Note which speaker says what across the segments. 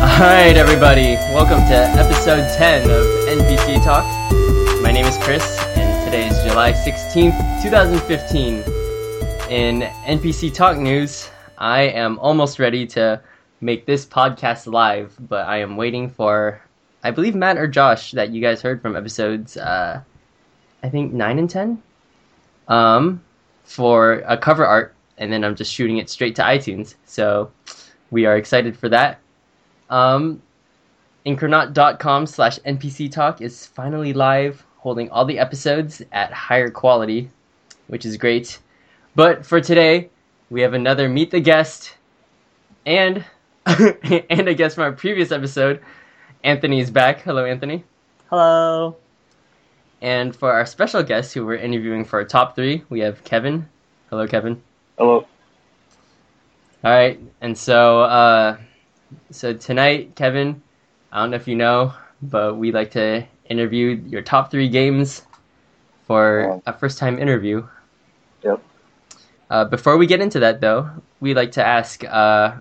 Speaker 1: All right, everybody, welcome to episode 10 of NPC Talk. My name is Chris, and today is July 16th, 2015. In NPC Talk news, I am almost ready to make this podcast live, but I am waiting for, I believe, Matt or Josh that you guys heard from episodes, uh, I think, 9 and 10, um, for a cover art, and then I'm just shooting it straight to iTunes. So we are excited for that. Um, Inkernaut.com slash NPC Talk is finally live, holding all the episodes at higher quality, which is great. But for today, we have another Meet the Guest and and a guest from our previous episode. Anthony is back. Hello, Anthony.
Speaker 2: Hello.
Speaker 1: And for our special guest who we're interviewing for our top three, we have Kevin. Hello, Kevin.
Speaker 3: Hello.
Speaker 1: All right. And so, uh, so tonight, Kevin, I don't know if you know, but we like to interview your top three games for a first time interview.
Speaker 3: Yep.
Speaker 1: Uh, before we get into that, though, we like to ask uh,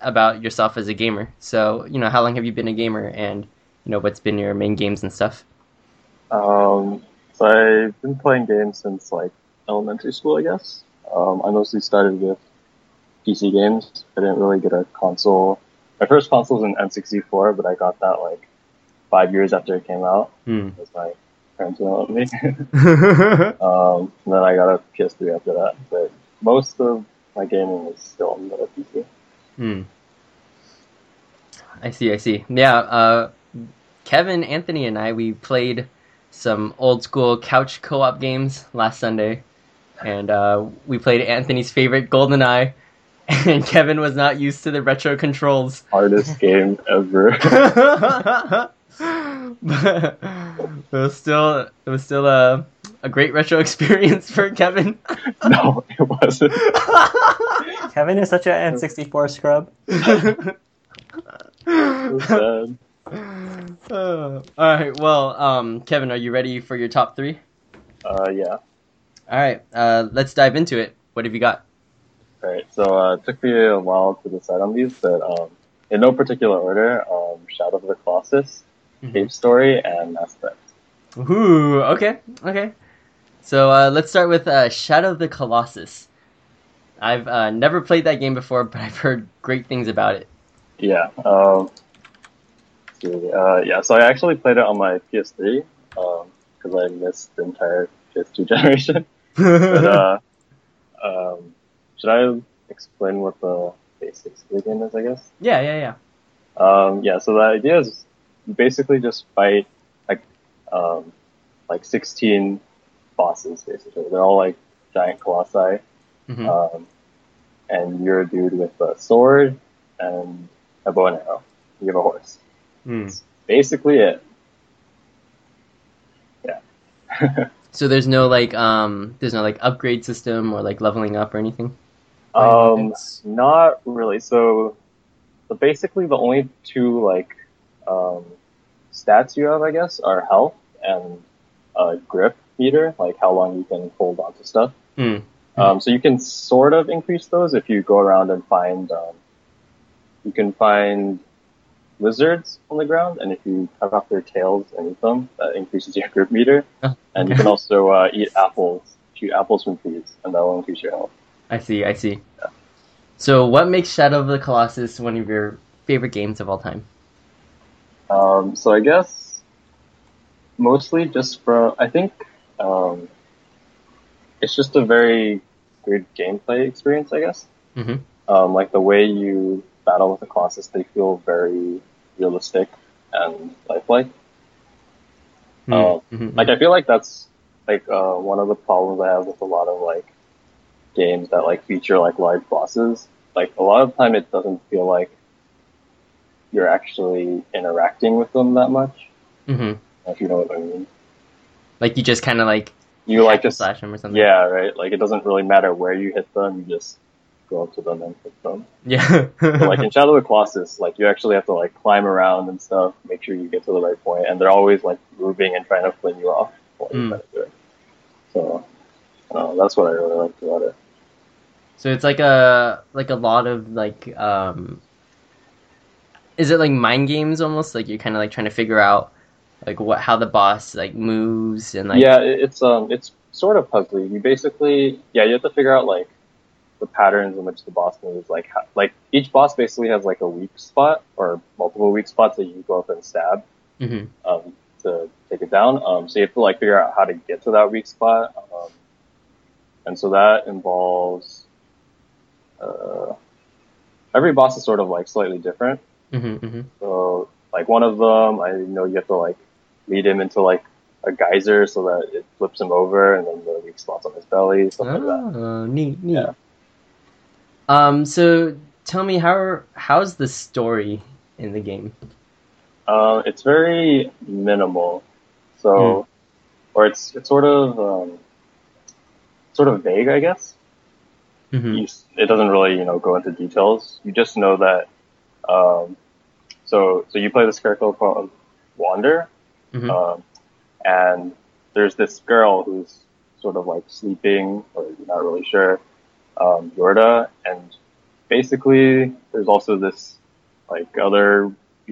Speaker 1: about yourself as a gamer. So, you know, how long have you been a gamer and, you know, what's been your main games and stuff?
Speaker 3: Um, so I've been playing games since like elementary school, I guess. Um, I mostly started with PC games. I didn't really get a console. My first console was an N64, but I got that like five years after it came out
Speaker 1: Hmm.
Speaker 3: because my parents wouldn't let me. um, and then I got a PS3 after that. But most of my gaming is still on the PC.
Speaker 1: Hmm. I see, I see. Yeah, uh, Kevin, Anthony, and I, we played some old school couch co op games last Sunday. And uh, we played Anthony's favorite, GoldenEye. And Kevin was not used to the retro controls.
Speaker 3: Hardest game ever.
Speaker 1: but it was still, it was still a, a great retro experience for Kevin.
Speaker 3: no, it wasn't.
Speaker 2: Kevin is such an N64 scrub.
Speaker 3: It was bad.
Speaker 1: Uh, all right. Well, um, Kevin, are you ready for your top three?
Speaker 3: Uh, yeah.
Speaker 1: All right. Uh, let's dive into it. What have you got?
Speaker 3: Alright, so uh, it took me a while to decide on these, but um, in no particular order, um, Shadow of the Colossus,
Speaker 1: Mhm.
Speaker 3: Cave Story, and Mass Effect.
Speaker 1: Ooh. Okay. Okay. So uh, let's start with uh, Shadow of the Colossus. I've uh, never played that game before, but I've heard great things about it.
Speaker 3: Yeah. Um, let's see, uh, yeah, so I actually played it on my PS3 because um, I missed the entire PS2 generation. But, uh, um, should I explain what the basics of the game is, I guess?
Speaker 1: yeah. Yeah. Yeah.
Speaker 3: Um, yeah, so the idea is you basically just fight like um, like 16 bosses. Basically, they're all like giant colossi,
Speaker 1: Mhm.
Speaker 3: um, and you're a dude with a sword and a bow and arrow. You have a horse.
Speaker 1: Hmm.
Speaker 3: Basically, it.
Speaker 1: So there's no like um, there's no like upgrade system or like leveling up or anything.
Speaker 3: Um,
Speaker 2: It's-
Speaker 3: Not really. So, but basically, the only two like um, stats you have, I guess, are health and uh, grip meter, like how long you can hold on to stuff.
Speaker 1: Hmm.
Speaker 3: Um, so you can sort of increase those if you go around and find. Um, you can find lizards on the ground, and if you cut off their tails and eat them, that increases your grip meter.
Speaker 1: Oh,
Speaker 3: And you
Speaker 1: okay.
Speaker 3: can also uh, eat apples, shoot apples from trees, and that will increase your health.
Speaker 1: I see. I see. So what makes Shadow of the Colossus one of your favorite games of all time?
Speaker 3: Um, so I guess mostly just from I think um, it's just a very good gameplay experience. I guess
Speaker 1: Mhm.
Speaker 3: um, like the way you battle with the Colossus, they feel very realistic and lifelike. Oh,
Speaker 1: Mhm.
Speaker 3: Like I feel like that's like uh, one of the problems I have with a lot of like games that like feature like large bosses. Like a lot of time, it doesn't feel like you're actually interacting with them that much.
Speaker 1: hmm
Speaker 3: if you know what I mean.
Speaker 1: Like you just kind of like
Speaker 3: You like just
Speaker 1: slash them or something.
Speaker 3: yeah, right. Like it doesn't really matter where you hit them. You just go up to them and hit them.
Speaker 1: yeah.
Speaker 3: But, like in Shadow of the Colossus, like you actually have to like climb around and stuff, make sure you get to the right point, and they're always like moving and trying to fling you off. While you're
Speaker 1: Mm.
Speaker 3: trying to do it. So uh, that's what I really liked about it.
Speaker 1: so it's like a like a lot of like um is it like mind games almost? Like you're kind of like trying to figure out like what how the boss like moves and like
Speaker 3: yeah, it, it's um, it's sort of puzzly. You basically, yeah, you have to figure out like the patterns in which the boss moves. Like, how, like each boss basically has like a weak spot or multiple weak spots that you can go up and stab
Speaker 1: hmm
Speaker 3: um, to take it down. Um, so you have to like figure out how to get to that weak spot, um, and so that involves. Uh, every boss is sort of like slightly different.
Speaker 1: hmm hmm
Speaker 3: So, like one of them, I know you have to like lead him into like a geyser so that it flips him over, and then the weak spots on his belly, stuff like that.
Speaker 1: Oh, neat, neat.
Speaker 3: Yeah.
Speaker 1: Um, so tell me how how's the story in the game?
Speaker 3: Um, it's very minimal, so or it's it's sort of um, sort of vague, I guess.
Speaker 1: hmm
Speaker 3: You s it doesn't really you know go into details. You just know that. Um, so so you play this character called Wander,
Speaker 1: Mhm.
Speaker 3: um, and there's this girl who's sort of like sleeping, or you're not really sure, um, Yorda, and basically there's also this like other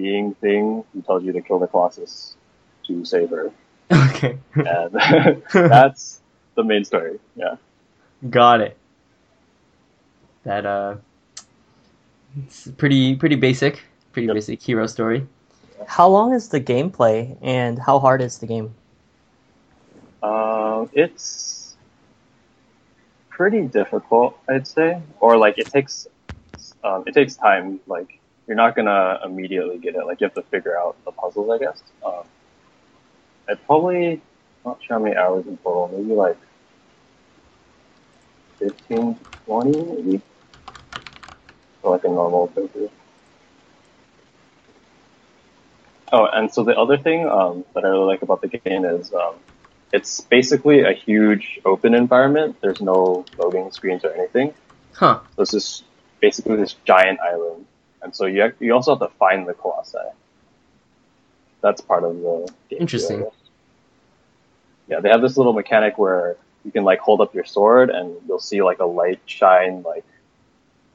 Speaker 3: being thing who tells you to kill the Colossus to save her,
Speaker 1: Okay,
Speaker 3: and that's the main story. Yeah.
Speaker 1: got it. That uh, it's pretty pretty basic, pretty
Speaker 3: Yep.
Speaker 1: basic hero story.
Speaker 2: How long is the gameplay, and how hard is the game?
Speaker 3: Um, it's pretty difficult, I'd say, or like it takes um, it takes time. Like you're not gonna immediately get it. Like you have to figure out the puzzles, I guess. Um, I probably not sure how many hours in total. Maybe like 15, 20 maybe for like a normal playthrough. Oh, and so the other thing um, that I really like about the game is um, it's basically a huge open environment. There's no loading screens or anything.
Speaker 1: Huh.
Speaker 3: So it's just basically this giant island, and so you you also have to find the colossi. That's part of the game. too, I
Speaker 1: Interesting.
Speaker 3: guess. Yeah, they have this little mechanic where you can like hold up your sword and you'll see like a light shine like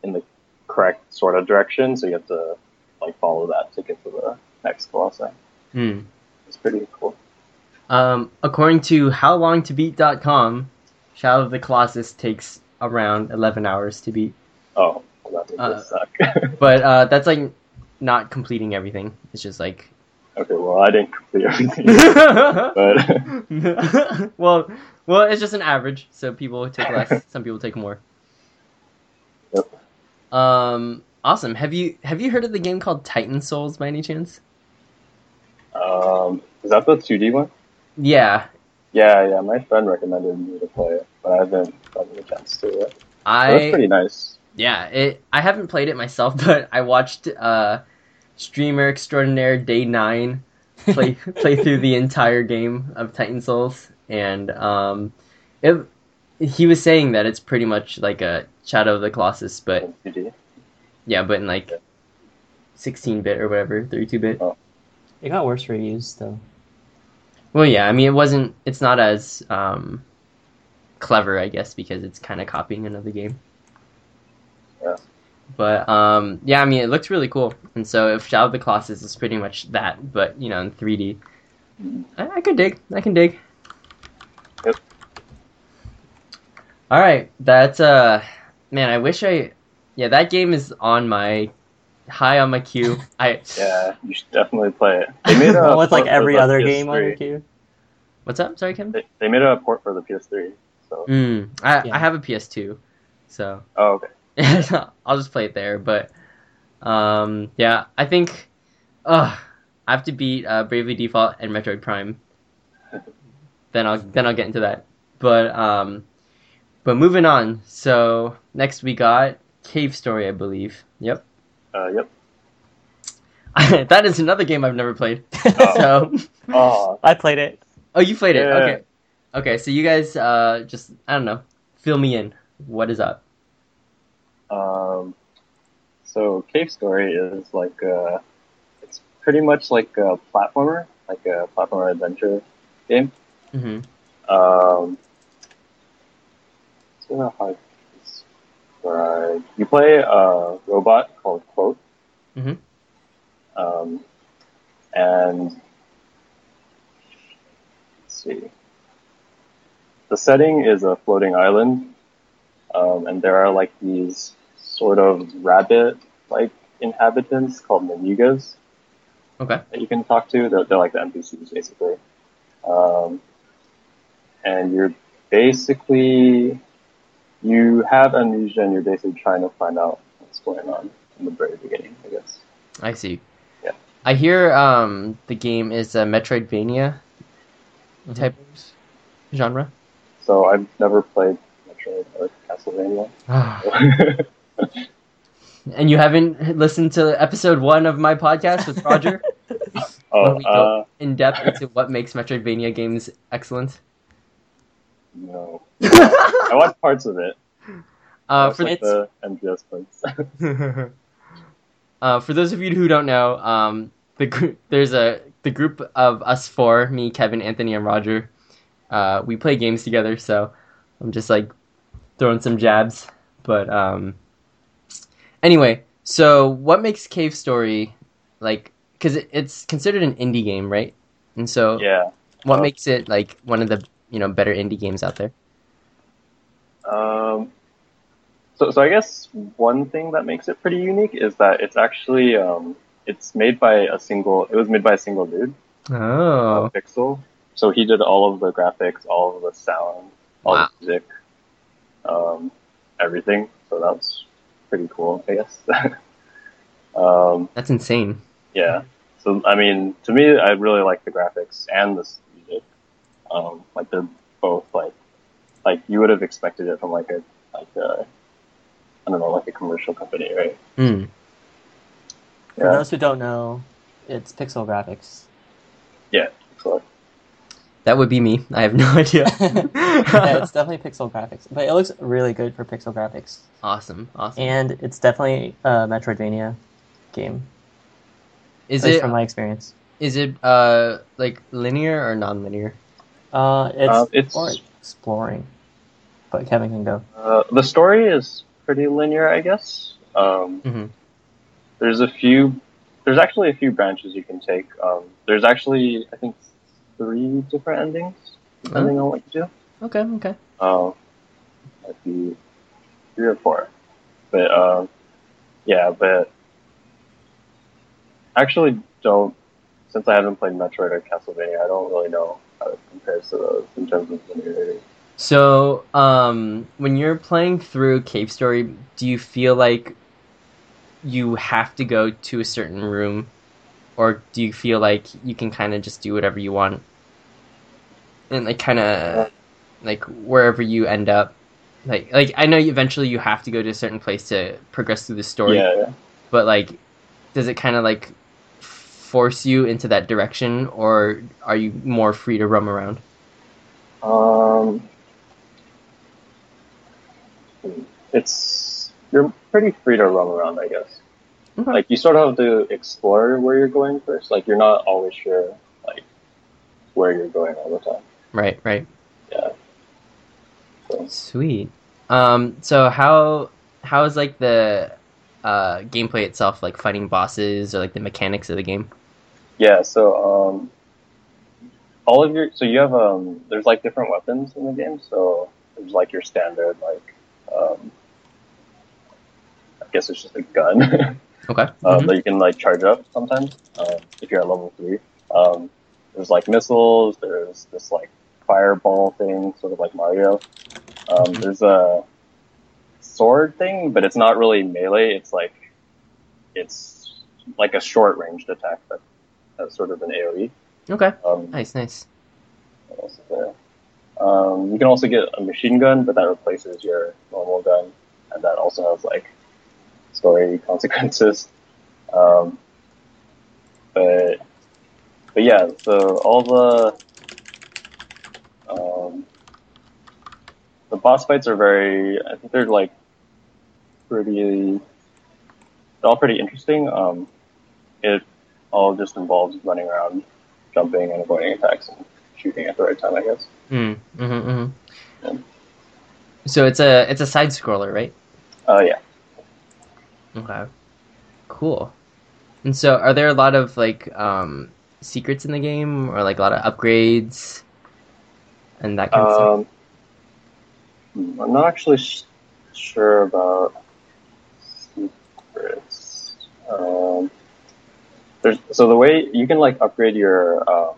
Speaker 3: in the correct sort of direction. So you have to like follow that to get to the next colossi.
Speaker 1: Hmm.
Speaker 3: It's pretty cool.
Speaker 1: Um, according to howlongtobeat.com, Shadow of the Colossus takes around 11 hours to beat.
Speaker 3: Oh, well, that
Speaker 1: Uh,
Speaker 3: does suck.
Speaker 1: But uh, that's like not completing everything. It's just like.
Speaker 3: Okay, well, I didn't complete everything,
Speaker 1: well,
Speaker 3: but
Speaker 1: well, it's just an average, so people take less, some people take more. Um, awesome. Have you have you heard of the game called Titan Souls by any chance?
Speaker 3: um, is that the 2D one?
Speaker 1: Yeah,
Speaker 3: Yeah, yeah. My friend recommended me to play it, but I haven't gotten the chance to yet. But
Speaker 1: I
Speaker 3: Oh, That's pretty nice.
Speaker 1: Yeah, it. I haven't played it myself, but I watched uh, streamer extraordinaire Day Nine play play through the entire game of Titan Souls, and um, it. He was saying that it's pretty much like a Shadow of the Colossus, but
Speaker 3: in 2D.
Speaker 1: yeah, but in like sixteen bit or whatever, thirty two bit.
Speaker 2: It got worse reviews, though.
Speaker 1: Well, yeah, I mean it wasn't. It's not as um, clever, I guess, because it's kind of copying another game.
Speaker 3: Yeah.
Speaker 1: But um, yeah, I mean it looks really cool, and so if Shadow of the Colossus is pretty much that, but you know in 3D, I, I could dig. I can dig.
Speaker 3: Yep.
Speaker 1: All right, that's uh, man, I wish I, yeah, that game is on my high on my queue. I
Speaker 3: Yeah, you should definitely play it. They made a
Speaker 2: Well, with like
Speaker 3: port for
Speaker 2: every
Speaker 3: the
Speaker 2: other
Speaker 3: PS3.
Speaker 2: game on your queue.
Speaker 1: What's up? Sorry, Kevin.
Speaker 3: They, they made a port for the PS3. So,
Speaker 1: Mm, I
Speaker 2: Yeah.
Speaker 1: I have a PS2, so.
Speaker 3: oh, okay.
Speaker 1: I'll just play it there. But um, yeah, I think uh, I have to beat uh, Bravely Default and Metroid Prime. Then I'll then I'll get into that. But um, but moving on. So next we got Cave Story, I believe. Yep,
Speaker 3: Uh, yep.
Speaker 1: that is another game I've never played.
Speaker 3: Oh,
Speaker 1: So
Speaker 3: oh,
Speaker 2: I played it.
Speaker 1: oh, you played it?
Speaker 3: Yeah.
Speaker 1: Okay, okay. So you guys uh, just I don't know, fill me in. What is up?
Speaker 3: Um, so Cave Story is like uh, it's pretty much like a platformer, like a platformer adventure game.
Speaker 1: hmm
Speaker 3: Um, it's not hard to describe. You play a robot called Quote,
Speaker 1: Mhm.
Speaker 3: Um, and let's see. The setting is a floating island, um, and there are like these sort of rabbit-like inhabitants called Manigas
Speaker 1: Okay.
Speaker 3: that you can talk to. They're, they're like the NPCs basically. Um, and you're basically, you have amnesia and you're basically trying to find out what's going on in the very beginning, I guess.
Speaker 1: I see.
Speaker 3: Yeah.
Speaker 1: I hear um, the game is a Metroidvania Mm-hmm. type genre.
Speaker 3: So I've never played Metroid or Castlevania. Uh,
Speaker 1: Ah. and you haven't listened to episode one of my podcast with Roger
Speaker 3: oh,
Speaker 1: Well, we
Speaker 3: uh,
Speaker 1: don't- in depth into what makes Metroidvania games excellent.
Speaker 3: no. I watched parts of it.
Speaker 1: Uh,
Speaker 3: That's
Speaker 1: for
Speaker 3: like
Speaker 1: the-
Speaker 3: the MGS parts.
Speaker 1: uh, for those of you who don't know, um, the gr- there's a the group of us four, me, Kevin, Anthony, and Roger. Uh, we play games together, so I'm just like throwing some jabs. But um, anyway, so what makes Cave Story like? Because it, it's considered an indie game, right? And so,
Speaker 3: yeah.
Speaker 1: what
Speaker 3: Uh,
Speaker 1: makes it like one of the you know better indie games out there?
Speaker 3: Um, so, so I guess one thing that makes it pretty unique is that it's actually um, it's made by a single. It was made by a single dude, uh,
Speaker 1: Oh,
Speaker 3: Pixel. So he did all of the graphics, all of the sound, all
Speaker 1: Wow.
Speaker 3: the music, um, everything. So that's pretty cool, I guess. um,
Speaker 1: that's insane.
Speaker 3: yeah. So I mean, to me, I really like the graphics and the music. Um, like they're both like like you would have expected it from like a like a I don't know like a commercial company, right?
Speaker 1: Mm.
Speaker 2: For
Speaker 3: Yeah.
Speaker 2: those who don't know, it's pixel graphics.
Speaker 3: So
Speaker 1: That would be me. I have no idea.
Speaker 2: yeah, it's definitely pixel graphics, but it looks really good for pixel graphics,
Speaker 1: Awesome, awesome.
Speaker 2: and it's definitely a Metroidvania game.
Speaker 1: is
Speaker 2: at least
Speaker 1: it
Speaker 2: from my experience?
Speaker 1: is it uh like linear or non-linear?
Speaker 2: Uh, it's,
Speaker 3: Uh, it's-
Speaker 2: more exploring, but Kevin can go.
Speaker 3: uh, the story is pretty linear, I guess. Um,
Speaker 1: Mhm.
Speaker 3: There's a few. There's actually a few branches you can take. Um, there's actually I think three different endings depending on what you do.
Speaker 1: Okay, okay.
Speaker 3: Oh, that'd be three or four. But um, yeah, but I actually don't. Since I haven't played Metroid or Castlevania, I don't really know how it compares to those in terms of linearity.
Speaker 1: So, um, when you're playing through Cave Story, do you feel like you have to go to a certain room, or do you feel like you can kind of just do whatever you want, and like kind of like wherever you end up? Like, like I know you- eventually you have to go to a certain place to progress through the story,
Speaker 3: Yeah, yeah.
Speaker 1: but like does it kind of like force you into that direction or are you more free to roam around
Speaker 3: Um, it's you're pretty free to roam around, I guess.
Speaker 1: Okay.
Speaker 3: Like you sort of have to explore where you're going first. Like you're not always sure, like where you're going all the time.
Speaker 1: right right
Speaker 3: Yeah. So-
Speaker 1: sweet um so how how is like the uh gameplay itself like fighting bosses or like the mechanics of the game
Speaker 3: Yeah, so um, all of your so you have um, there's like different weapons in the game. So there's like your standard like um, I guess it's just a gun uh,
Speaker 1: okay Mhm.
Speaker 3: that you can like charge up sometimes um, if you're at level three. Um, there's like missiles. There's this like fireball thing, sort of like Mario. Um,
Speaker 1: Mhm.
Speaker 3: there's a sword thing, but it's not really melee. It's like it's like a short ranged attack that that's sort of an AOE.
Speaker 1: Mm-hmm. okay
Speaker 3: Um,
Speaker 1: nice nice
Speaker 3: what else is there? Um, you can also get a machine gun, but that replaces your normal gun, and that also has like story consequences. Um, but but yeah, so all the um, the boss fights are very. I think they're like pretty. They're all pretty interesting. Um, it all just involves running around, jumping, and avoiding attacks and shooting at the right time, I guess.
Speaker 1: mm, hmm
Speaker 3: Yeah.
Speaker 1: hmm so it's a it's a side scroller right
Speaker 3: Uh, yeah.
Speaker 1: Okay. Cool. And so, are there a lot of like um, secrets in the game, or like a lot of upgrades, and that kind of stuff?
Speaker 3: Um, hmm, I'm not actually sh- sure about secrets. Um, there's, so the way you can like upgrade your um,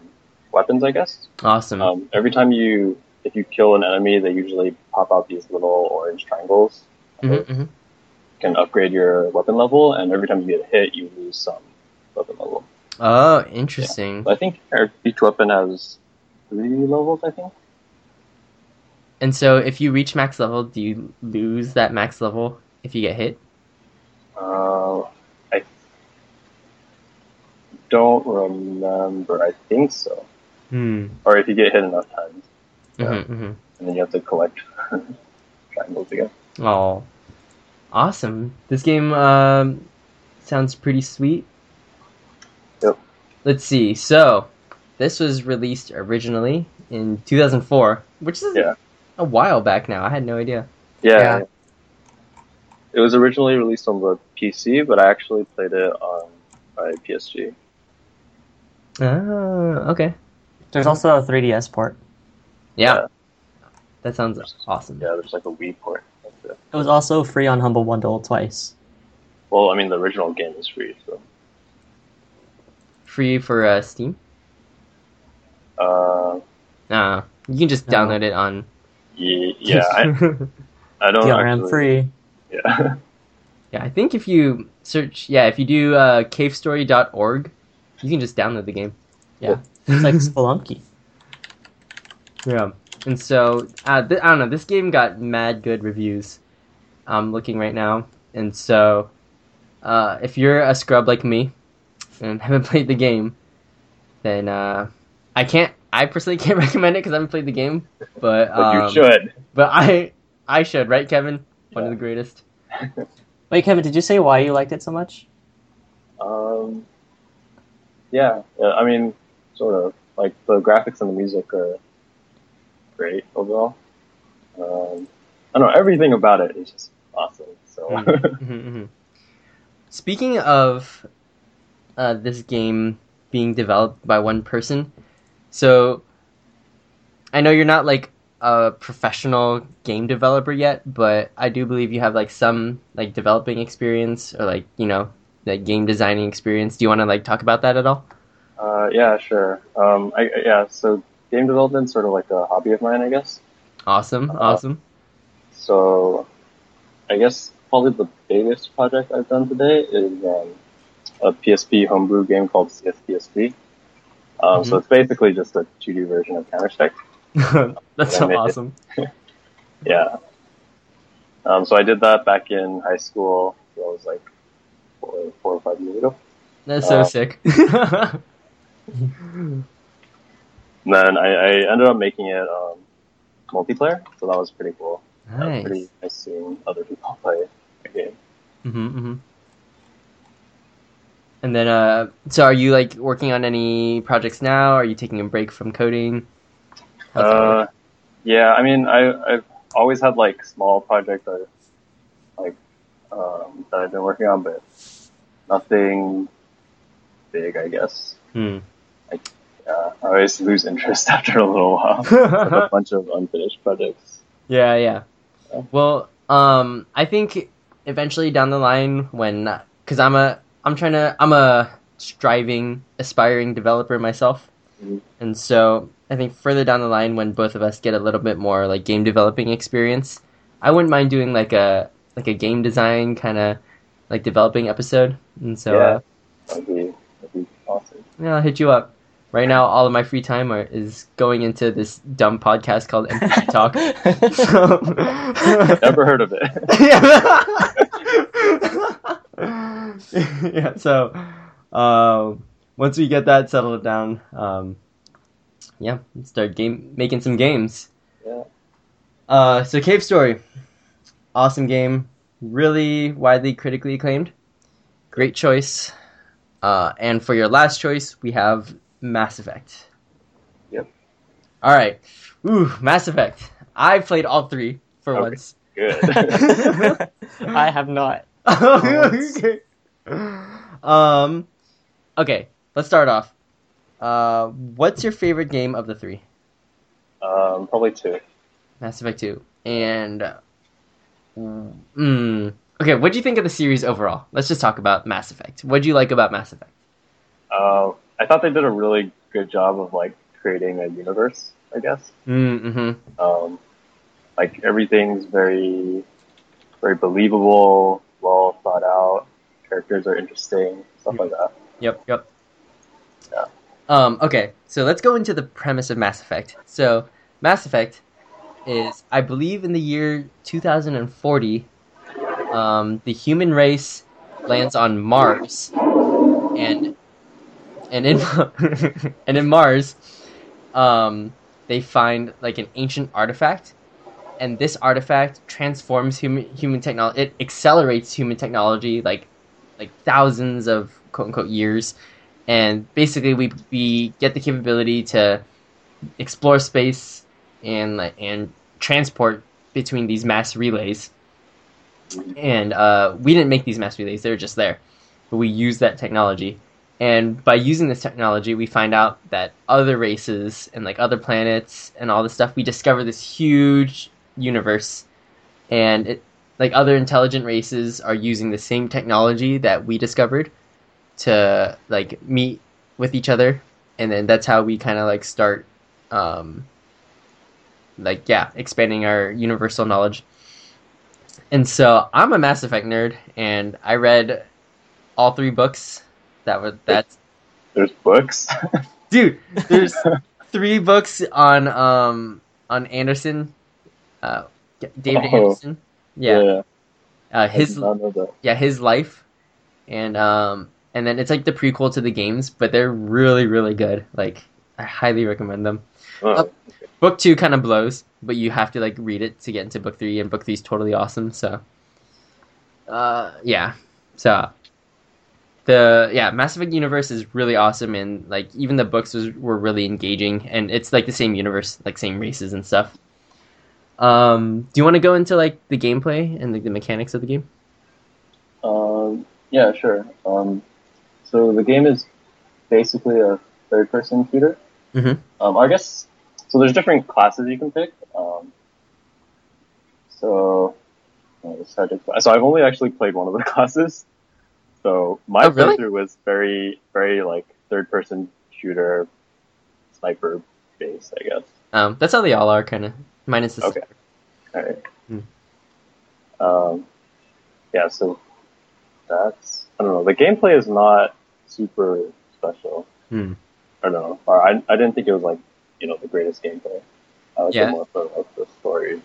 Speaker 3: weapons, I guess.
Speaker 1: Awesome.
Speaker 3: Um, every time you, if you kill an enemy, they usually pop out these little orange triangles.
Speaker 1: Mhm, mhm.
Speaker 3: You can upgrade your weapon level, and every time you get hit, you lose some weapon level.
Speaker 1: Oh, interesting.
Speaker 3: I think our- each weapon has three levels. I think.
Speaker 1: And so, if you reach max level, do you lose that max level if you get hit?
Speaker 3: Uh, I don't remember. I think so.
Speaker 1: Hmm.
Speaker 3: Or if you get hit enough times, Yeah.
Speaker 1: hmm hmm
Speaker 3: and then you have to collect triangles again.
Speaker 1: Oh, awesome! This game um, sounds pretty sweet.
Speaker 3: Yep.
Speaker 1: Let's see. So, this was released originally in 2004, which is
Speaker 3: Yeah.
Speaker 1: a while back now. I had no idea.
Speaker 3: Yeah.
Speaker 4: Yeah.
Speaker 3: It was originally released on the PC, but I actually played it on my PSG.
Speaker 1: Oh, okay.
Speaker 2: There's also a 3DS port.
Speaker 1: Yeah.
Speaker 3: Yeah.
Speaker 1: That sounds awesome.
Speaker 3: Yeah, there's like a Wii port. That's it.
Speaker 2: It was also free on Humble Bundle twice.
Speaker 3: Well, I mean, the original game is free, so.
Speaker 1: Free for uh, Steam.
Speaker 3: Uh,
Speaker 1: Uh, you can just
Speaker 2: No.
Speaker 1: download it on.
Speaker 3: ye- yeah, I, I don't
Speaker 2: DRM
Speaker 3: Oh, actually.
Speaker 2: free.
Speaker 3: Yeah.
Speaker 1: yeah, I think if you search, yeah, if you do uh, cavestory.org, you can just download the game.
Speaker 2: Yeah. It's like Spelunky.
Speaker 1: Yeah, and so uh, th- I don't know. This game got mad good reviews. I'm looking right now, and so uh, if you're a scrub like me and haven't played the game, then uh, I can't. I personally can't recommend it because I haven't played the game. But
Speaker 3: but you
Speaker 1: um,
Speaker 3: should.
Speaker 1: But I, I should, right, Kevin? One of the greatest.
Speaker 2: Wait, Kevin, did you say why you liked it so much?
Speaker 3: Um, yeah, yeah, I mean, sort of. Like, the graphics and the music are great overall. Um, I don't know, everything about it is just awesome. So,
Speaker 1: Mhm, mhm. Speaking of uh, this game being developed by one person, so I know you're not like a professional game developer yet, but I do believe you have like some like developing experience or like you know like game designing experience. Do you want to like talk about that at all?
Speaker 3: uh, yeah, sure. Um, I, I- yeah, so game development's sort of like a hobby of mine, I guess.
Speaker 1: Awesome,
Speaker 3: Uh,
Speaker 1: awesome.
Speaker 3: So, I guess probably the biggest project I've done today is um, a PSP homebrew game called CS PSP. Um, So it's basically just a 2D version of Counter Strike.
Speaker 1: That's so
Speaker 3: made it.
Speaker 1: awesome.
Speaker 3: Yeah. Um, so I did that back in high school. That was like four, four or five years ago.
Speaker 1: That's so
Speaker 3: Uh,
Speaker 1: sick.
Speaker 3: And then I, I ended up making it um, multiplayer, so that was pretty cool. That was
Speaker 1: nice.
Speaker 3: pretty nice seeing other people play the game.
Speaker 1: hmm And then, uh, so are you like working on any projects now? Are you taking a break from coding? How's that
Speaker 3: Uh,
Speaker 1: work?
Speaker 3: yeah, I mean, I, I've always had like small projects that, like, um, that I've been working on, but nothing big, I guess.
Speaker 1: Hmm.
Speaker 3: Uh, I always lose interest after a little while.
Speaker 1: Hmm.
Speaker 3: I have a bunch of unfinished projects.
Speaker 1: yeah, yeah.
Speaker 3: Yeah.
Speaker 1: Well, um, I think eventually down the line when, cause I'm a, I'm trying to, I'm a striving, aspiring developer myself,
Speaker 3: Mhm.
Speaker 1: and so I think further down the line when both of us get a little bit more like game developing experience, I wouldn't mind doing like a like a game design kind of like developing episode, and so.
Speaker 3: Yeah.
Speaker 1: Uh,
Speaker 3: That'd be, that'd be awesome.
Speaker 1: Yeah, I'll hit you up. Right now, all of my free time are, is going into this dumb podcast called NPC Talk. So,
Speaker 3: Never heard of it.
Speaker 1: yeah. So, um, once we get that settled down, um, yeah, start game making some games.
Speaker 3: Yeah.
Speaker 1: Uh, so Cave Story, awesome game, really widely critically acclaimed. Great choice. Uh, and for your last choice, we have Mass Effect.
Speaker 3: Yep.
Speaker 1: All right. Ooh, Mass Effect. I played all three for
Speaker 3: Okay.
Speaker 1: once.
Speaker 3: Good.
Speaker 2: I have not.
Speaker 1: okay. Um, Okay, let's start off. Uh, what's your favorite game of the three?
Speaker 3: Um, probably two.
Speaker 1: Mass Effect 2. And. uh, Mm, okay, what do you think of the series overall? Let's just talk about Mass Effect. What do you like about Mass Effect?
Speaker 3: Uh, I thought they did a really good job of like creating a universe. I guess
Speaker 1: Mm
Speaker 3: um, like everything's very, very believable, well thought out. Characters are interesting, stuff like that.
Speaker 1: hmm. Yep, yep.
Speaker 3: Yeah.
Speaker 1: Um, okay, so let's go into the premise of Mass Effect. So, Mass Effect is, I believe, in the year 2040, um, the human race lands on Mars, and and in and in Mars, um, they find like an ancient artifact, and this artifact transforms human human technology. It accelerates human technology like like thousands of quote unquote years, and basically we we get the capability to explore space and like and transport between these mass relays and uh, we didn't make these mass relays; they were just there. But we use that technology, and by using this technology, we find out that other races and like other planets and all this stuff. We discover this huge universe, and it, like other intelligent races are using the same technology that we discovered to like meet with each other, and then that's how we kind of like start. Um, like yeah, expanding our universal knowledge. And so I'm a Mass Effect nerd, and I read all three books. That was that's
Speaker 3: There's books.
Speaker 1: dude. There's three books on um on Anderson, uh, G- David
Speaker 3: Oh.
Speaker 1: Anderson. Yeah, uh,
Speaker 3: I
Speaker 1: his
Speaker 3: did not know that.
Speaker 1: yeah his life, and um and then it's like the prequel to the games, but they're really really good. Like I highly recommend them.
Speaker 3: Oh,
Speaker 1: Book two kind of blows, but you have to like read it to get into book three, and book three's totally awesome. So, uh, yeah, so the yeah Mass Effect universe is really awesome, and like even the books was, were really engaging, and it's like the same universe, like same races and stuff. Um, do you want to go into like the gameplay and like the mechanics of the game?
Speaker 3: Um, yeah, sure. Um, so the game is basically a third-person shooter.
Speaker 1: Mhm.
Speaker 3: Um, I guess so. There's different classes you can pick. Um, so, uh, it's hard to explain. so I've only actually played one of the classes. So my
Speaker 1: Oh, really?
Speaker 3: playthrough was very, very like third-person shooter, sniper based, I guess.
Speaker 1: Um, that's how they all are, kind of minus the
Speaker 3: Okay. Alright.
Speaker 1: Hmm.
Speaker 3: Um, yeah, so that's I don't know. The gameplay is not super special.
Speaker 1: Hmm.
Speaker 3: I don't know. Or I I didn't think it was like you know the greatest gameplay. I was
Speaker 1: Yeah.
Speaker 3: more for like the story.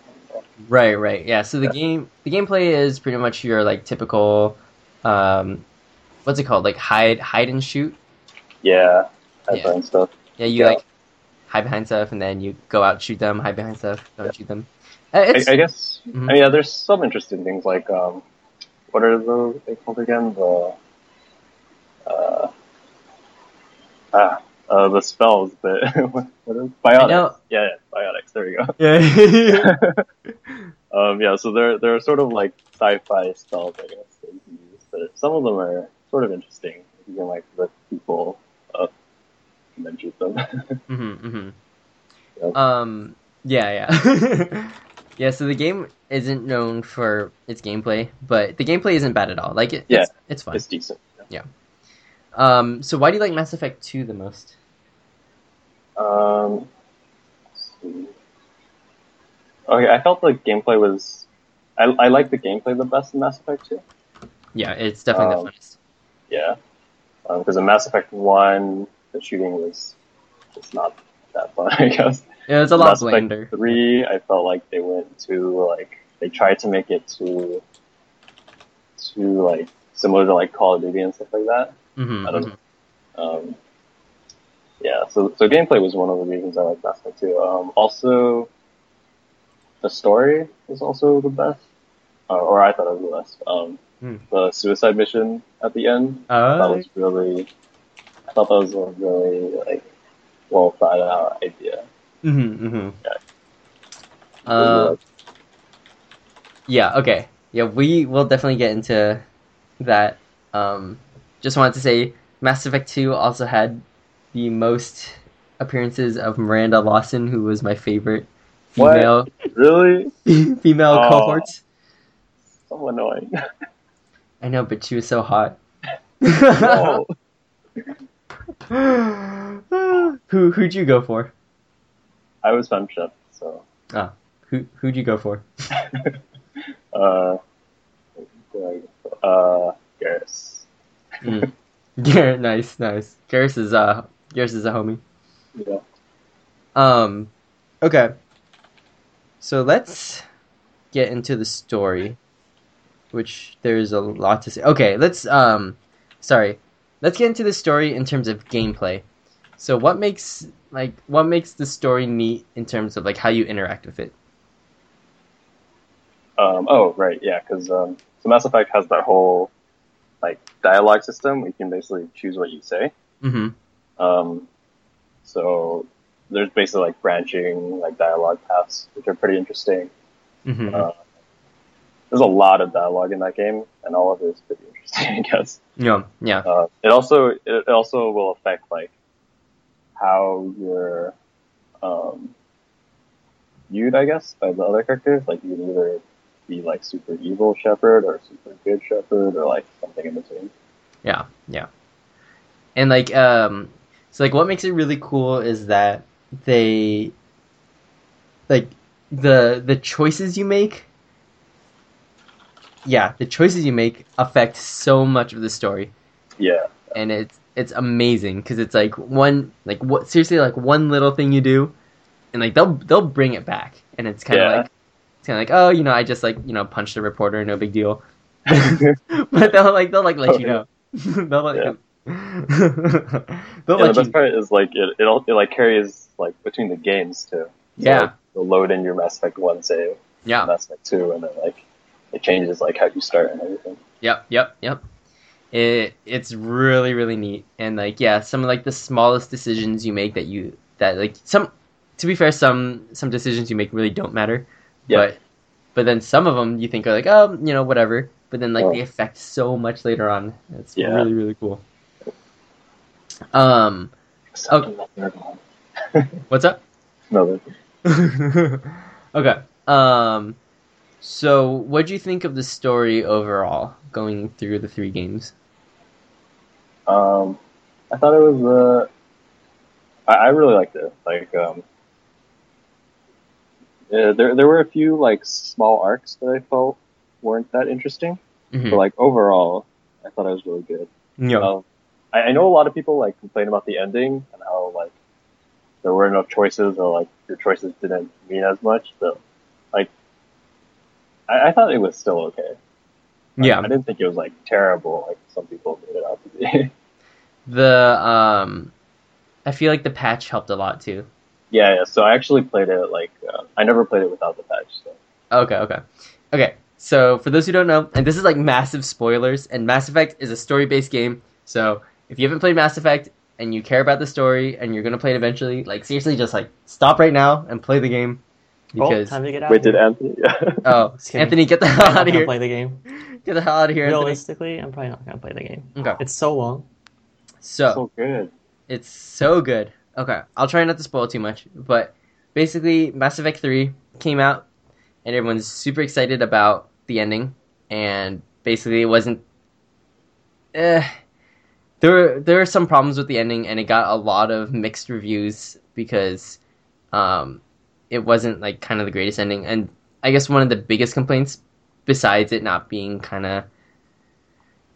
Speaker 1: Right, right, yeah. So the
Speaker 3: Yeah.
Speaker 1: game, the gameplay is pretty much your like typical, um, what's it called? Like hide, hide and shoot.
Speaker 3: Yeah, that
Speaker 1: Yeah.
Speaker 3: kind of stuff.
Speaker 1: Yeah, you
Speaker 3: Yeah.
Speaker 1: like hide behind stuff, and then you go out shoot them. Hide behind stuff, don't shoot them. Uh,
Speaker 3: I,
Speaker 1: It's
Speaker 3: I guess.
Speaker 1: Mhm.
Speaker 3: I mean, yeah, there's some interesting things like um, what are the they called again the uh, ah uh, the spells, but what what are
Speaker 1: I
Speaker 3: biotics?
Speaker 1: know.
Speaker 3: Yeah, yeah, biotics. There we go.
Speaker 1: Yeah.
Speaker 3: Um, yeah, so they're they're sort of like sci-fi spells, I guess, that you can use. But some of them are sort of interesting. You can like lift people up and then shoot them.
Speaker 1: hmm hmm
Speaker 3: Yep.
Speaker 1: Um. Yeah. Yeah. yeah. So the game isn't known for its gameplay, but the gameplay isn't bad at all. Like it,
Speaker 3: Yeah.
Speaker 1: it's, it's fun.
Speaker 3: it's decent.
Speaker 1: Um. So why do you like Mass Effect Two the most?
Speaker 3: Um, let's see. okay, I felt the gameplay was. I I like the gameplay the best in Mass Effect Two.
Speaker 1: Yeah, it's definitely
Speaker 3: Um,
Speaker 1: the funnest.
Speaker 3: Yeah, because in Mass Effect One, the shooting was just not that fun. I guess.
Speaker 1: Yeah, it's a lot
Speaker 3: Mass Effect
Speaker 1: blander.
Speaker 3: Three, I felt like they went to like they tried to make it to to like similar to like Call of Duty and stuff like that.
Speaker 1: hmm
Speaker 3: I don't know. Um, yeah, so so gameplay was one of the reasons I liked Mass Effect Two. Um, also, the story was also the best, uh, or I thought it was the best. Um,
Speaker 1: Hmm.
Speaker 3: The suicide mission at the end,
Speaker 1: Uh,
Speaker 3: I thought was really, I thought that was a really like well thought out idea.
Speaker 1: mm-hmm, Uh, yeah. Okay. Yeah, we will definitely get into that. Um, just wanted to say Mass Effect 2 also had the most appearances of Miranda Lawson, who was my favorite
Speaker 3: What?
Speaker 1: female
Speaker 3: Really?
Speaker 1: female
Speaker 3: Oh.
Speaker 1: cohort.
Speaker 3: So annoying.
Speaker 1: I know, but she was so hot.
Speaker 3: No.
Speaker 1: who who'd you go for?
Speaker 3: I was Fem Chef, so
Speaker 1: Who who'd you go for?
Speaker 3: uh, uh, Garrus.
Speaker 1: Mm. Garrett, nice, nice. Garrus is uh Garrus is a homie.
Speaker 3: Yeah.
Speaker 1: Um, okay. So let's get into the story, which there's a lot to say. Okay, let's um, sorry, let's get into the story in terms of gameplay. So what makes like what makes the story neat in terms of like how you interact with it?
Speaker 3: Um, oh, right, yeah, because um, so Mass Effect has that whole like dialogue system. We can basically choose what you say.
Speaker 1: Mm-hmm.
Speaker 3: Um, so there's basically like branching like dialogue paths, which are pretty interesting.
Speaker 1: Mm-hmm.
Speaker 3: Uh, there's a lot of dialogue in that game, and all of it is pretty interesting, I guess.
Speaker 1: yeah, yeah.
Speaker 3: Uh, it also it also will affect like how you're um, viewed, I guess, by the other characters. Like you can either be like super evil shepherd or super good shepherd or like something in between.
Speaker 1: Yeah, yeah. And like um so like what makes it really cool is that they like the the choices you make yeah, the choices you make affect so much of the story
Speaker 3: Yeah,
Speaker 1: and it's it's amazing cuz it's like one like what seriously like one little thing you do and like they'll they'll bring it back and it's kind of
Speaker 3: Yeah.
Speaker 1: like it's kind of like oh, you know, I just like, you know, punched a reporter, no big deal. but they'll like they'll like let
Speaker 3: Oh,
Speaker 1: you
Speaker 3: yeah.
Speaker 1: know. they'll let
Speaker 3: Yeah.
Speaker 1: they'll
Speaker 3: yeah. The
Speaker 1: let you.
Speaker 3: best part is like it it, all, it like carries like between the games too. So,
Speaker 1: Yeah,
Speaker 3: like, you'll load in your Mass Effect one save,
Speaker 1: yeah,
Speaker 3: Mass Effect two, and then like it changes like how you start and everything.
Speaker 1: yep, yep, yep. It it's really really neat and like yeah, some of like the smallest decisions you make that you that like some to be fair some some decisions you make really don't matter.
Speaker 3: Yeah.
Speaker 1: But but then some of them you think are like oh you know whatever, but then like
Speaker 3: Oh.
Speaker 1: they affect so much later on. It's
Speaker 3: Yeah.
Speaker 1: really really cool. Um,
Speaker 3: Except in the third one.
Speaker 1: what's up?
Speaker 3: No, there's
Speaker 1: okay. Um so what do you think of the story overall going through the three games?
Speaker 3: Um, I thought it was. Uh, I, I really liked it. Like, um, uh, there there were a few like small arcs that I felt weren't that interesting,
Speaker 1: Mhm.
Speaker 3: but like overall, I thought it was really good.
Speaker 1: Yeah.
Speaker 3: Um, I, I know a lot of people like complain about the ending and how like there were enough choices or like your choices didn't mean as much. But like, I, I thought it was still okay. Like,
Speaker 1: Yeah.
Speaker 3: I didn't think it was like terrible like some people made it out to be.
Speaker 1: The um I feel like the patch helped a lot too.
Speaker 3: Yeah, yeah. So I actually played it like uh, I never played it without the patch. So.
Speaker 1: Okay, okay. Okay. So for those who don't know, and this is like massive spoilers, and Mass Effect is a story based game, so if you haven't played Mass Effect and you care about the story and you're gonna play it eventually, like seriously just like stop right now and play the game.
Speaker 2: Well,
Speaker 1: Because
Speaker 2: Oh, time to get out.
Speaker 3: Wait,
Speaker 2: of
Speaker 3: did
Speaker 2: here.
Speaker 3: Anthony? Yeah.
Speaker 1: Oh,
Speaker 2: Just kidding.
Speaker 1: Anthony, get the hell
Speaker 2: I'm not
Speaker 1: out of
Speaker 2: gonna
Speaker 1: here.
Speaker 2: play the game.
Speaker 1: Get the hell out of here, Anthony.
Speaker 2: Realistically, I'm probably not gonna play the game.
Speaker 1: Okay.
Speaker 2: It's so long.
Speaker 1: So,
Speaker 3: so Oh, good.
Speaker 1: it's so good. Okay, I'll try not to spoil too much, but basically, Mass Effect 3 came out, and everyone's super excited about the ending, and basically, it wasn't. Eh, there were there were some problems with the ending, and it got a lot of mixed reviews because, um, it wasn't like kind of the greatest ending, and I guess one of the biggest complaints, besides it not being kind of,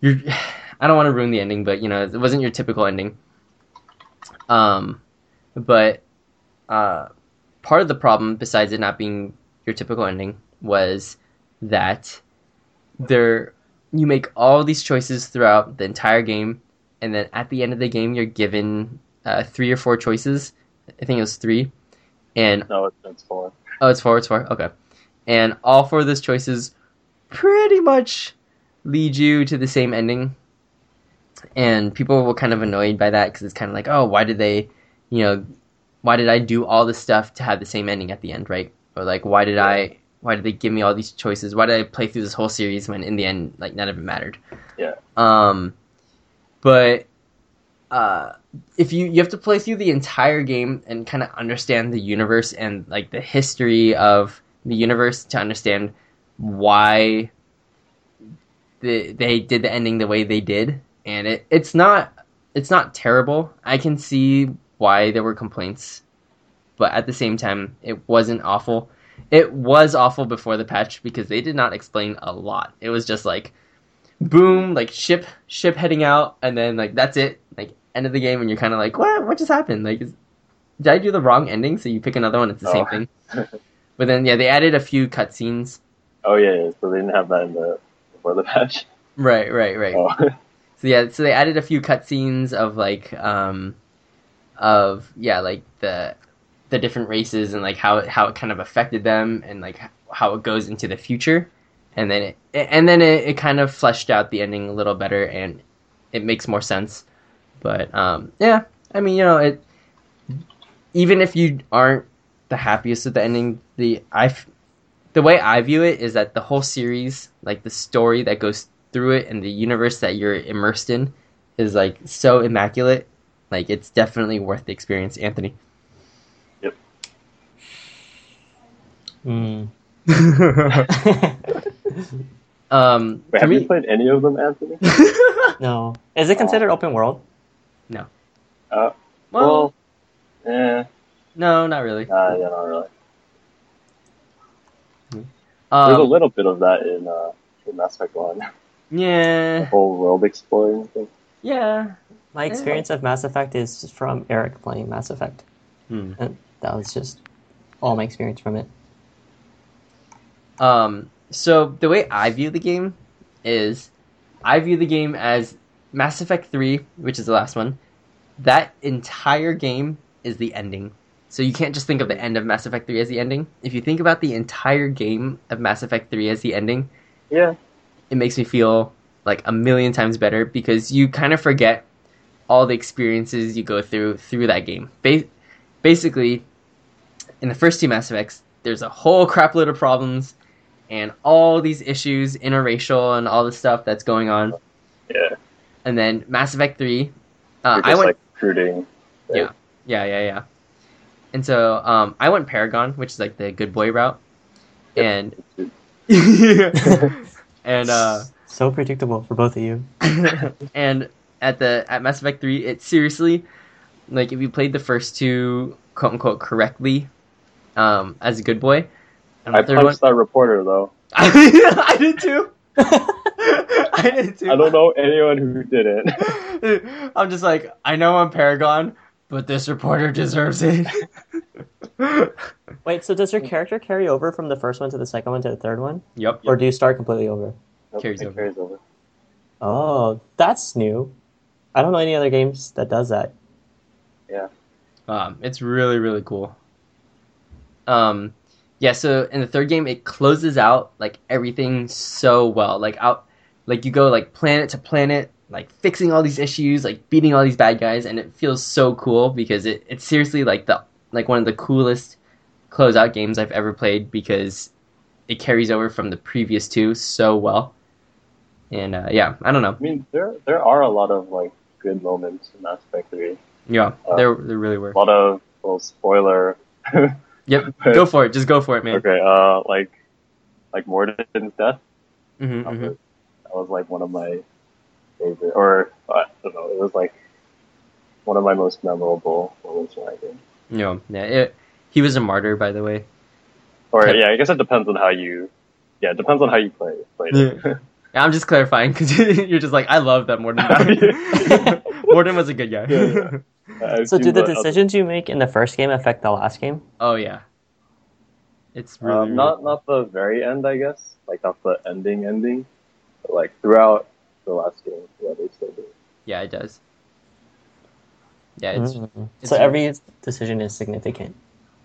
Speaker 1: your, I don't want to ruin the ending, but you know, it wasn't your typical ending. Um, but uh, part of the problem, besides it not being your typical ending, was that there you make all these choices throughout the entire game, and then at the end of the game, you're given uh, three or four choices. I think it was three, and
Speaker 3: No, it's, it's four.
Speaker 1: Oh, it's four. It's four. Okay, and all four of those choices pretty much lead you to the same ending, and people were kind of annoyed by that because it's kind of like, oh, why did they, you know, why did I do all this stuff to have the same ending at the end, right? Or like, why did I, why did they give me all these choices? Why did I play through this whole series when in the end, like, none of it mattered?
Speaker 3: Yeah.
Speaker 1: Um, but uh, if you you have to play through the entire game and kind of understand the universe and like the history of the universe to understand why the, they did the ending the way they did and it, it's not it's not terrible i can see why there were complaints but at the same time it wasn't awful it was awful before the patch because they did not explain a lot it was just like boom like ship ship heading out and then like that's it like end of the game and you're kind of like what what just happened like is, did i do the wrong ending so you pick another one it's the
Speaker 3: Oh.
Speaker 1: same thing but then yeah they added a few cutscenes
Speaker 3: Oh yeah, yeah, so they didn't have that in the before the patch.
Speaker 1: right right right
Speaker 3: Oh.
Speaker 1: So yeah, so they added a few cutscenes of like um of yeah, like the the different races and like how it, how it kind of affected them and like h- how it goes into the future. And then it and then it, it kind of fleshed out the ending a little better and it makes more sense. But um yeah, I mean, you know, it even if you aren't the happiest with the ending, the I f- the way I view it is that the whole series, like the story that goes through it and the universe that you're immersed in, is like so immaculate. Like it's definitely worth the experience, Anthony. Hmm.
Speaker 2: Mm.
Speaker 1: um,
Speaker 3: Wait,
Speaker 1: to
Speaker 3: have you
Speaker 1: me,
Speaker 3: played any of them, Anthony?
Speaker 2: no. Is it considered open world?
Speaker 1: well,
Speaker 3: well, eh,
Speaker 1: no, not really.
Speaker 3: nah, yeah, not really. There's a
Speaker 1: Um,
Speaker 3: little bit of that in uh, in Mass Effect One, the
Speaker 1: yeah,
Speaker 3: whole world exploring thing.
Speaker 1: yeah.
Speaker 2: My
Speaker 1: Yeah.
Speaker 2: experience of Mass Effect is from Eric playing Mass Effect.
Speaker 1: Hmm.
Speaker 2: And that was just all my experience from it.
Speaker 1: Um, so the way I view the game is, I view the game as Mass Effect Three, which is the last one. That entire game is the ending. So you can't just think of the end of Mass Effect Three as the ending. If you think about the entire game of Mass Effect Three as the ending,
Speaker 3: Yeah,
Speaker 1: it makes me feel like a million times better because you kind of forget all the experiences you go through through that game. Ba- basically, in the first two Mass Effects, there's a whole crapload of problems and all these issues, interracial and all the stuff that's going on.
Speaker 3: yeah.
Speaker 1: And then Mass Effect Three,
Speaker 3: You're
Speaker 1: uh,
Speaker 3: just
Speaker 1: I went
Speaker 3: like recruiting.
Speaker 1: Yeah. yeah, yeah, yeah. And so um, I went Paragon, which is like the good boy route, and and uh,
Speaker 2: So predictable for both of you.
Speaker 1: and at the at Mass Effect Three, it seriously, like if you played the first two quote unquote correctly, um, as a good boy, and
Speaker 3: I
Speaker 1: the third one,
Speaker 3: punched that reporter though.
Speaker 1: I, did too. I did too.
Speaker 3: I don't know anyone who did it.
Speaker 1: I'm just like I know I'm Paragon, but this reporter deserves it.
Speaker 2: Wait, so does
Speaker 1: Hmm.
Speaker 2: your character carry over from the first one to the second one to the third one?
Speaker 1: yep.
Speaker 2: Or do you start completely over?
Speaker 3: Nope,
Speaker 1: Carries
Speaker 3: it
Speaker 1: over.
Speaker 3: Carries over.
Speaker 2: Oh, that's new. I don't know any other games that does that.
Speaker 1: Um, it's really really cool. Um, yeah. So in the third game, it closes out like everything so well. Like out, like you go like planet to planet, like fixing all these issues, like beating all these bad guys, and it feels so cool because it it's seriously like the like one of the coolest closeout games I've ever played because it carries over from the previous two so well. And uh, yeah, I don't know.
Speaker 3: I mean, there there are a lot of like good moments in Mass Effect Three.
Speaker 1: Yeah, there there really were.
Speaker 3: A lot of well, spoiler.
Speaker 1: Yep,
Speaker 3: but-
Speaker 1: go for it. Just go for it, man.
Speaker 3: Okay, uh, like like Morden's death.
Speaker 1: hmm
Speaker 3: That was- That was like one of my favorite, or I don't know, it was like one of my most memorable moments in that game.
Speaker 1: No, yeah, it, he was a martyr, by the way.
Speaker 3: Or
Speaker 1: Yep.
Speaker 3: yeah, I guess it depends on how you. Yeah, it depends on how you play. play it.
Speaker 1: I'm just clarifying because you're just like, I love that Morden.
Speaker 3: Yeah.
Speaker 1: died." Morden was a good guy.
Speaker 3: Yeah, yeah. I've
Speaker 2: So, do
Speaker 3: seen
Speaker 2: the
Speaker 3: other-
Speaker 2: decisions you make in the first game affect the last game?
Speaker 1: Oh yeah, it's really,
Speaker 3: um, not not the very end, I guess. Like not the ending ending, but like throughout the last game, yeah, they still do.
Speaker 1: yeah, it does. Yeah, it's
Speaker 2: Mm.
Speaker 1: it's
Speaker 2: so, every decision is significant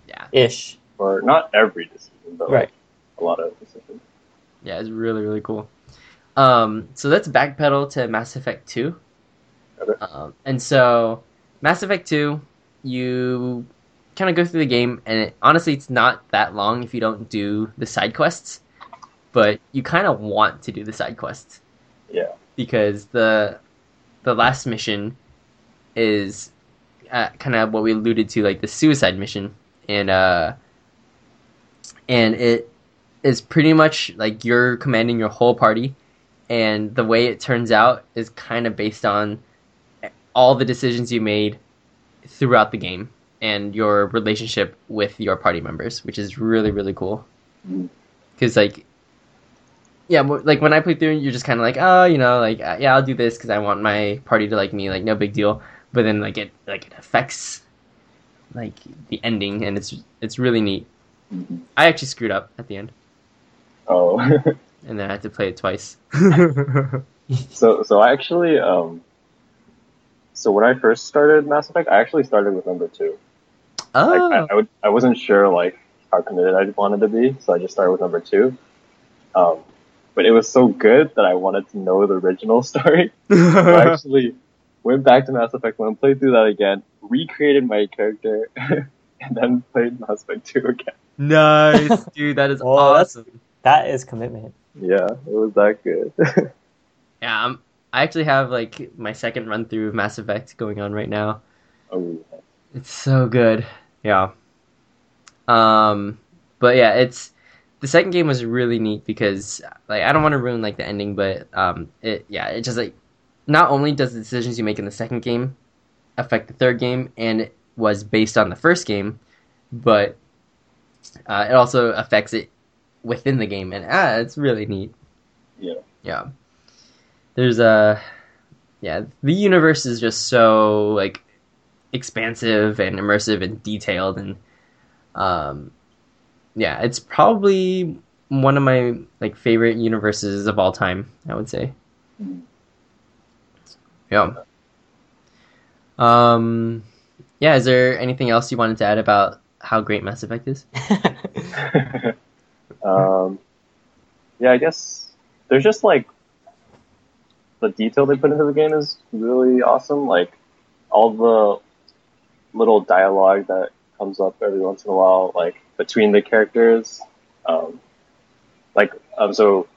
Speaker 1: yeah,
Speaker 2: ish.
Speaker 3: Or not every decision, but
Speaker 2: Right.
Speaker 3: like a lot of decisions.
Speaker 1: yeah, it's really really cool. Um, so let's backpedal to Mass Effect Two.
Speaker 3: Okay.
Speaker 1: Um, and so, Mass Effect 2, you kind of go through the game, and it, honestly, it's not that long if you don't do the side quests, but you kind of want to do the side quests
Speaker 3: Yeah.
Speaker 1: because the the last mission is uh, kind of what we alluded to, like the suicide mission, and uh, and it is pretty much like you're commanding your whole party, and the way it turns out is kind of based on all the decisions you made throughout the game and your relationship with your party members, which is really really cool.
Speaker 3: Mhm.
Speaker 1: Because like, yeah, mo- like when I play through, you're just kind of like, oh, you know, like uh, yeah, I'll do this because I want my party to like me, like no big deal. But then like it like it affects like the ending, and it's it's really neat.
Speaker 3: Mhm.
Speaker 1: I actually screwed up at the end,
Speaker 3: Oh.
Speaker 1: and then I had to play it twice.
Speaker 3: So, so I actually, um, so when I first started Mass Effect, I actually started with number two. Like, I,
Speaker 1: oh,
Speaker 3: I, would, I wasn't sure like how committed I wanted to be, so I just started with number two. Um, but it was so good that I wanted to know the original story. So I actually went back to Mass Effect One, played through that again, recreated my character, and then played Mass Effect Two again.
Speaker 1: nice, dude, that is
Speaker 2: Whoa, that's-
Speaker 1: awesome.
Speaker 2: That is commitment.
Speaker 3: Yeah, it was that good.
Speaker 1: Yeah, I'm, I actually have like my second run through of Mass Effect going on right now.
Speaker 3: oh,
Speaker 1: It's so good. Yeah. Um, but yeah, it's the second game was really neat because like I don't want to ruin like the ending, but um, it yeah, it just like not only does the decisions you make in the second game affect the third game, and it was based on the first game, but uh, it also affects it within the game, and ah, it's really neat.
Speaker 3: Yeah.
Speaker 1: Yeah. There's a yeah, the universe is just so like expansive and immersive and detailed and um yeah it's probably one of my like favorite universes of all time i would say Mm-hmm.
Speaker 3: Mhm.
Speaker 1: yeah um yeah is there anything else you wanted to add about how great mass effect is
Speaker 3: um, yeah, I guess there's just like the detail they put into the game is really awesome. Like all the little dialogue that comes up every once in a while, like between the characters. Um, like um, so,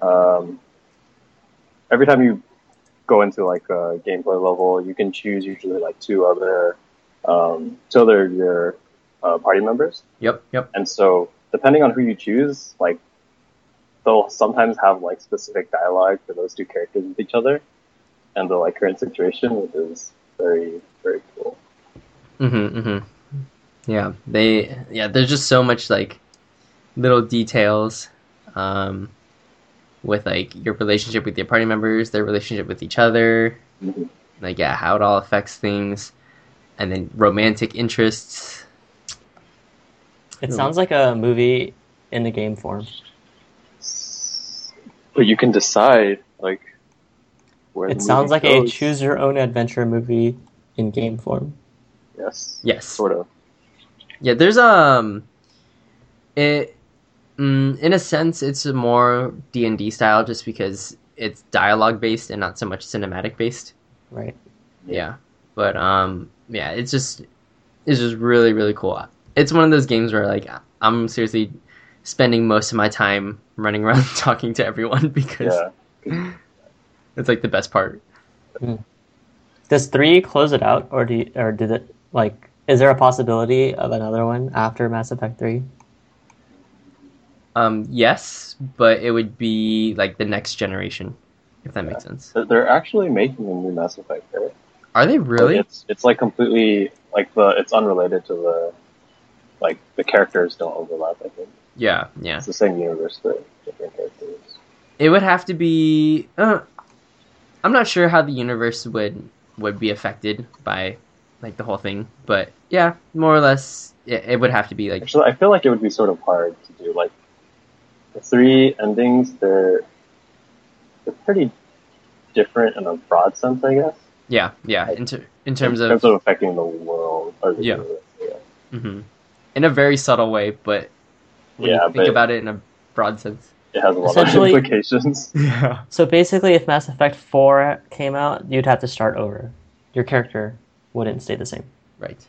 Speaker 3: um, every time you go into like a gameplay level, you can choose usually like two other um, two other of your uh, party members.
Speaker 1: yep yep
Speaker 3: And so, depending on who you choose, like they'll sometimes have like specific dialogue for those two characters with each other, and the like current situation, which is very very cool.
Speaker 1: Mm-hmm, mm-hmm. Yeah, they yeah, there's just so much like little details um with like your relationship with your party members, their relationship with each other,
Speaker 3: Mhm.
Speaker 1: like yeah, how it all affects things and then romantic interests.
Speaker 2: It
Speaker 1: Yeah.
Speaker 2: sounds like a movie in the game form.
Speaker 3: But you can decide like where.
Speaker 2: It
Speaker 3: the
Speaker 2: sounds like
Speaker 3: movie
Speaker 2: a
Speaker 3: goes.
Speaker 2: choose your own adventure movie in game form.
Speaker 3: Yes.
Speaker 1: Yes.
Speaker 3: Sort of.
Speaker 1: Yeah, there's um it mm, in a sense it's a more D&D style just because it's dialogue based and not so much cinematic based.
Speaker 2: Right.
Speaker 1: yeah but um yeah it's just it's just really really cool it's one of those games where like i'm seriously spending most of my time running around talking to everyone because
Speaker 3: Yeah.
Speaker 1: it's like the best part
Speaker 2: Does three close it out, or do you, or did it like? Is there a possibility of another one after Mass Effect Three?
Speaker 1: um yes but it would be like the next generation if that makes sense
Speaker 3: They're- They're actually making a new Mass Effect, right?
Speaker 1: are they really
Speaker 3: It's it's like completely like the it's unrelated to the like the characters don't overlap. I think
Speaker 1: yeah yeah
Speaker 3: it's the same universe but different characters.
Speaker 1: it would have to be uh, i'm not sure how the universe would would be affected by like the whole thing but yeah more or less it, it would have to be like
Speaker 3: Actually, I feel like it would be sort of hard to do. Like the three endings, they're they're pretty different in a broad sense, I guess.
Speaker 1: Yeah, yeah. In, ter- in terms
Speaker 3: in
Speaker 1: of
Speaker 3: terms of affecting the world. Or the
Speaker 1: Yeah.
Speaker 3: universe, yeah.
Speaker 1: Mhm. in a very subtle way, but when
Speaker 3: Yeah,
Speaker 1: you think
Speaker 3: but-
Speaker 1: about it in a broad sense.
Speaker 3: It has a lot of
Speaker 2: Essentially-
Speaker 3: implications.
Speaker 1: Yeah.
Speaker 2: So basically, if Mass Effect Four came out, you'd have to start over. Your character wouldn't stay the same.
Speaker 1: Right.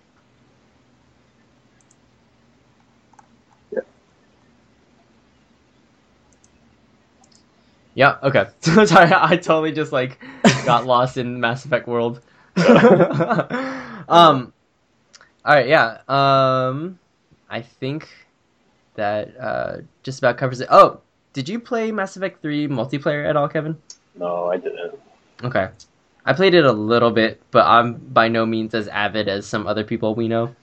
Speaker 3: Yeah.
Speaker 1: Yeah, okay. Sorry, I totally just like got lost in Mass Effect world. um, all right, yeah. Um, I think that uh, just about covers it. Oh, did you play Mass Effect Three multiplayer at all, Kevin?
Speaker 3: No, I didn't.
Speaker 1: Okay, I played it a little bit, but I'm by no means as avid as some other people we know.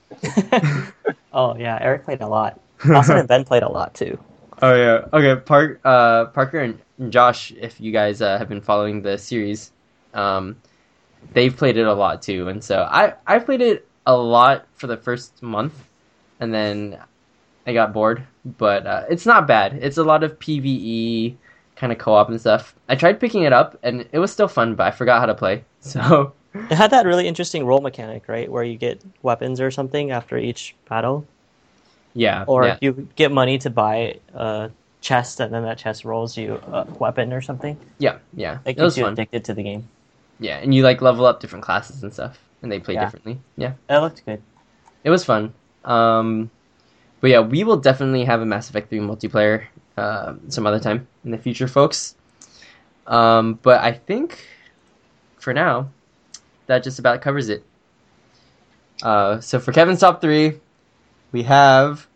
Speaker 2: oh yeah, Eric played a lot. Austin and Ben played a lot too.
Speaker 1: Oh yeah. Okay, Park, uh, Parker and Josh, if you guys uh, have been following the series, um, they've played it a lot too, and so I I played it a lot for the first month, and then I got bored. But uh, it's not bad. It's a lot of PVE kind of co-op and stuff. I tried picking it up, and it was still fun, but I forgot how to play. So
Speaker 2: It had that really interesting role mechanic, right, where you get weapons or something after each battle,
Speaker 1: yeah,
Speaker 2: or
Speaker 1: yeah.
Speaker 2: you get money to buy a chest, and then that chest rolls you a weapon or something.
Speaker 1: yeah, yeah,
Speaker 2: It
Speaker 1: it
Speaker 2: gets
Speaker 1: was
Speaker 2: you
Speaker 1: fun.
Speaker 2: addicted to the game.
Speaker 1: Yeah, and you like level up different classes and stuff, and they play
Speaker 2: Yeah.
Speaker 1: differently. Yeah.
Speaker 2: That looked good.
Speaker 1: it was fun. Um, but yeah, we will definitely have a Mass Effect 3 multiplayer uh, some other time in the future, folks. Um, but I think for now, that just about covers it. Uh, so for Kevin's top three, we have.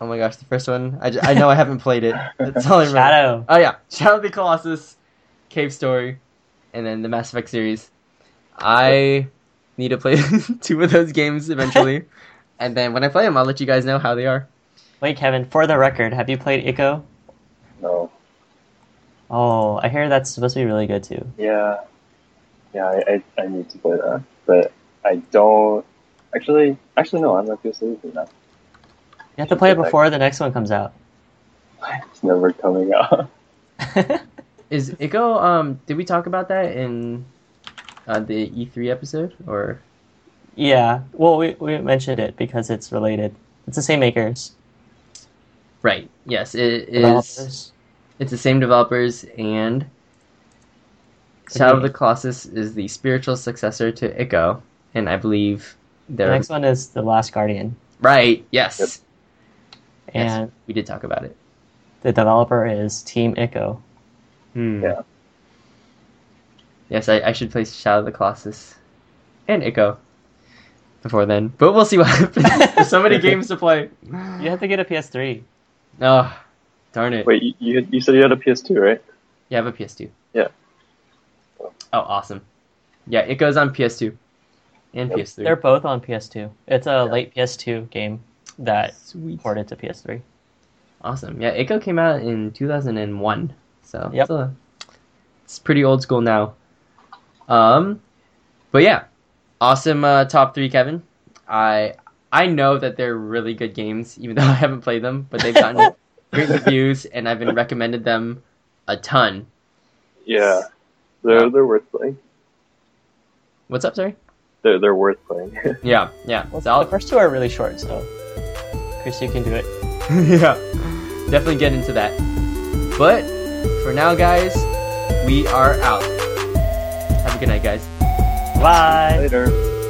Speaker 1: Oh my gosh, the first one. I, ju- I know I haven't played it. That's all I remember.
Speaker 2: Shadow.
Speaker 1: Oh yeah, Shadow of the Colossus, Cave Story, and then the Mass Effect series. I need to play two of those games eventually, and then when I play them, I'll let you guys know how they are.
Speaker 2: Wait, Kevin. For the record, have you played Ico?
Speaker 3: No.
Speaker 2: Oh, I hear that's supposed to be really good too.
Speaker 3: Yeah, yeah, I, I, I need to play that, but I don't. Actually, actually, no, I'm not gonna sleep in that.
Speaker 2: You have to play it before the next one comes out.
Speaker 3: It's never coming out.
Speaker 1: Is Ico? Um, did we talk about that in uh, the E3 episode? Or
Speaker 2: yeah. Well, we, we mentioned it because it's related. It's the same makers.
Speaker 1: right? Yes, it is.
Speaker 2: developers.
Speaker 1: It's the same developers and. Shadow of the Colossus is the spiritual successor to Ico, and I believe
Speaker 2: The
Speaker 1: they're
Speaker 2: next one is The Last Guardian.
Speaker 1: right. Yes,
Speaker 3: Yep.
Speaker 1: Yes.
Speaker 2: And
Speaker 1: we did talk about it.
Speaker 2: the developer is Team Ico.
Speaker 1: Hmm.
Speaker 3: Yeah.
Speaker 1: Yes, I, I should play Shadow of the Colossus and Ico before then, but we'll see what happens. There's so many games to play.
Speaker 2: You have to get a PS3.
Speaker 1: Oh, darn it!
Speaker 3: Wait, you, you had- you said you had a PS2, right?
Speaker 1: You have a PS2.
Speaker 3: Yeah.
Speaker 1: Oh, awesome. Yeah, it goes on PS2 and
Speaker 3: Yep.
Speaker 1: PS3.
Speaker 2: They're both on PS2. It's a late PS2 game that
Speaker 1: Sweet.
Speaker 2: ported to PS3.
Speaker 1: Awesome. Yeah, Ico came out in 2001. So
Speaker 2: Yep.
Speaker 1: it's, a- it's pretty old school now. Um, but yeah, awesome uh, top three, Kevin. I I know that they're really good games, even though I haven't played them, but they've gotten great reviews, and I've been recommended them a ton.
Speaker 3: Yeah, they're they're worth playing.
Speaker 1: What's up, sorry?
Speaker 3: They're they're worth playing.
Speaker 1: Yeah, yeah.
Speaker 2: Well,
Speaker 1: So
Speaker 2: the
Speaker 1: I'll,
Speaker 2: first two are really short, so Chris, you can do it.
Speaker 1: yeah, definitely get into that. But for now, guys, we are out. Have a good night, guys.
Speaker 2: Bye.
Speaker 3: Later.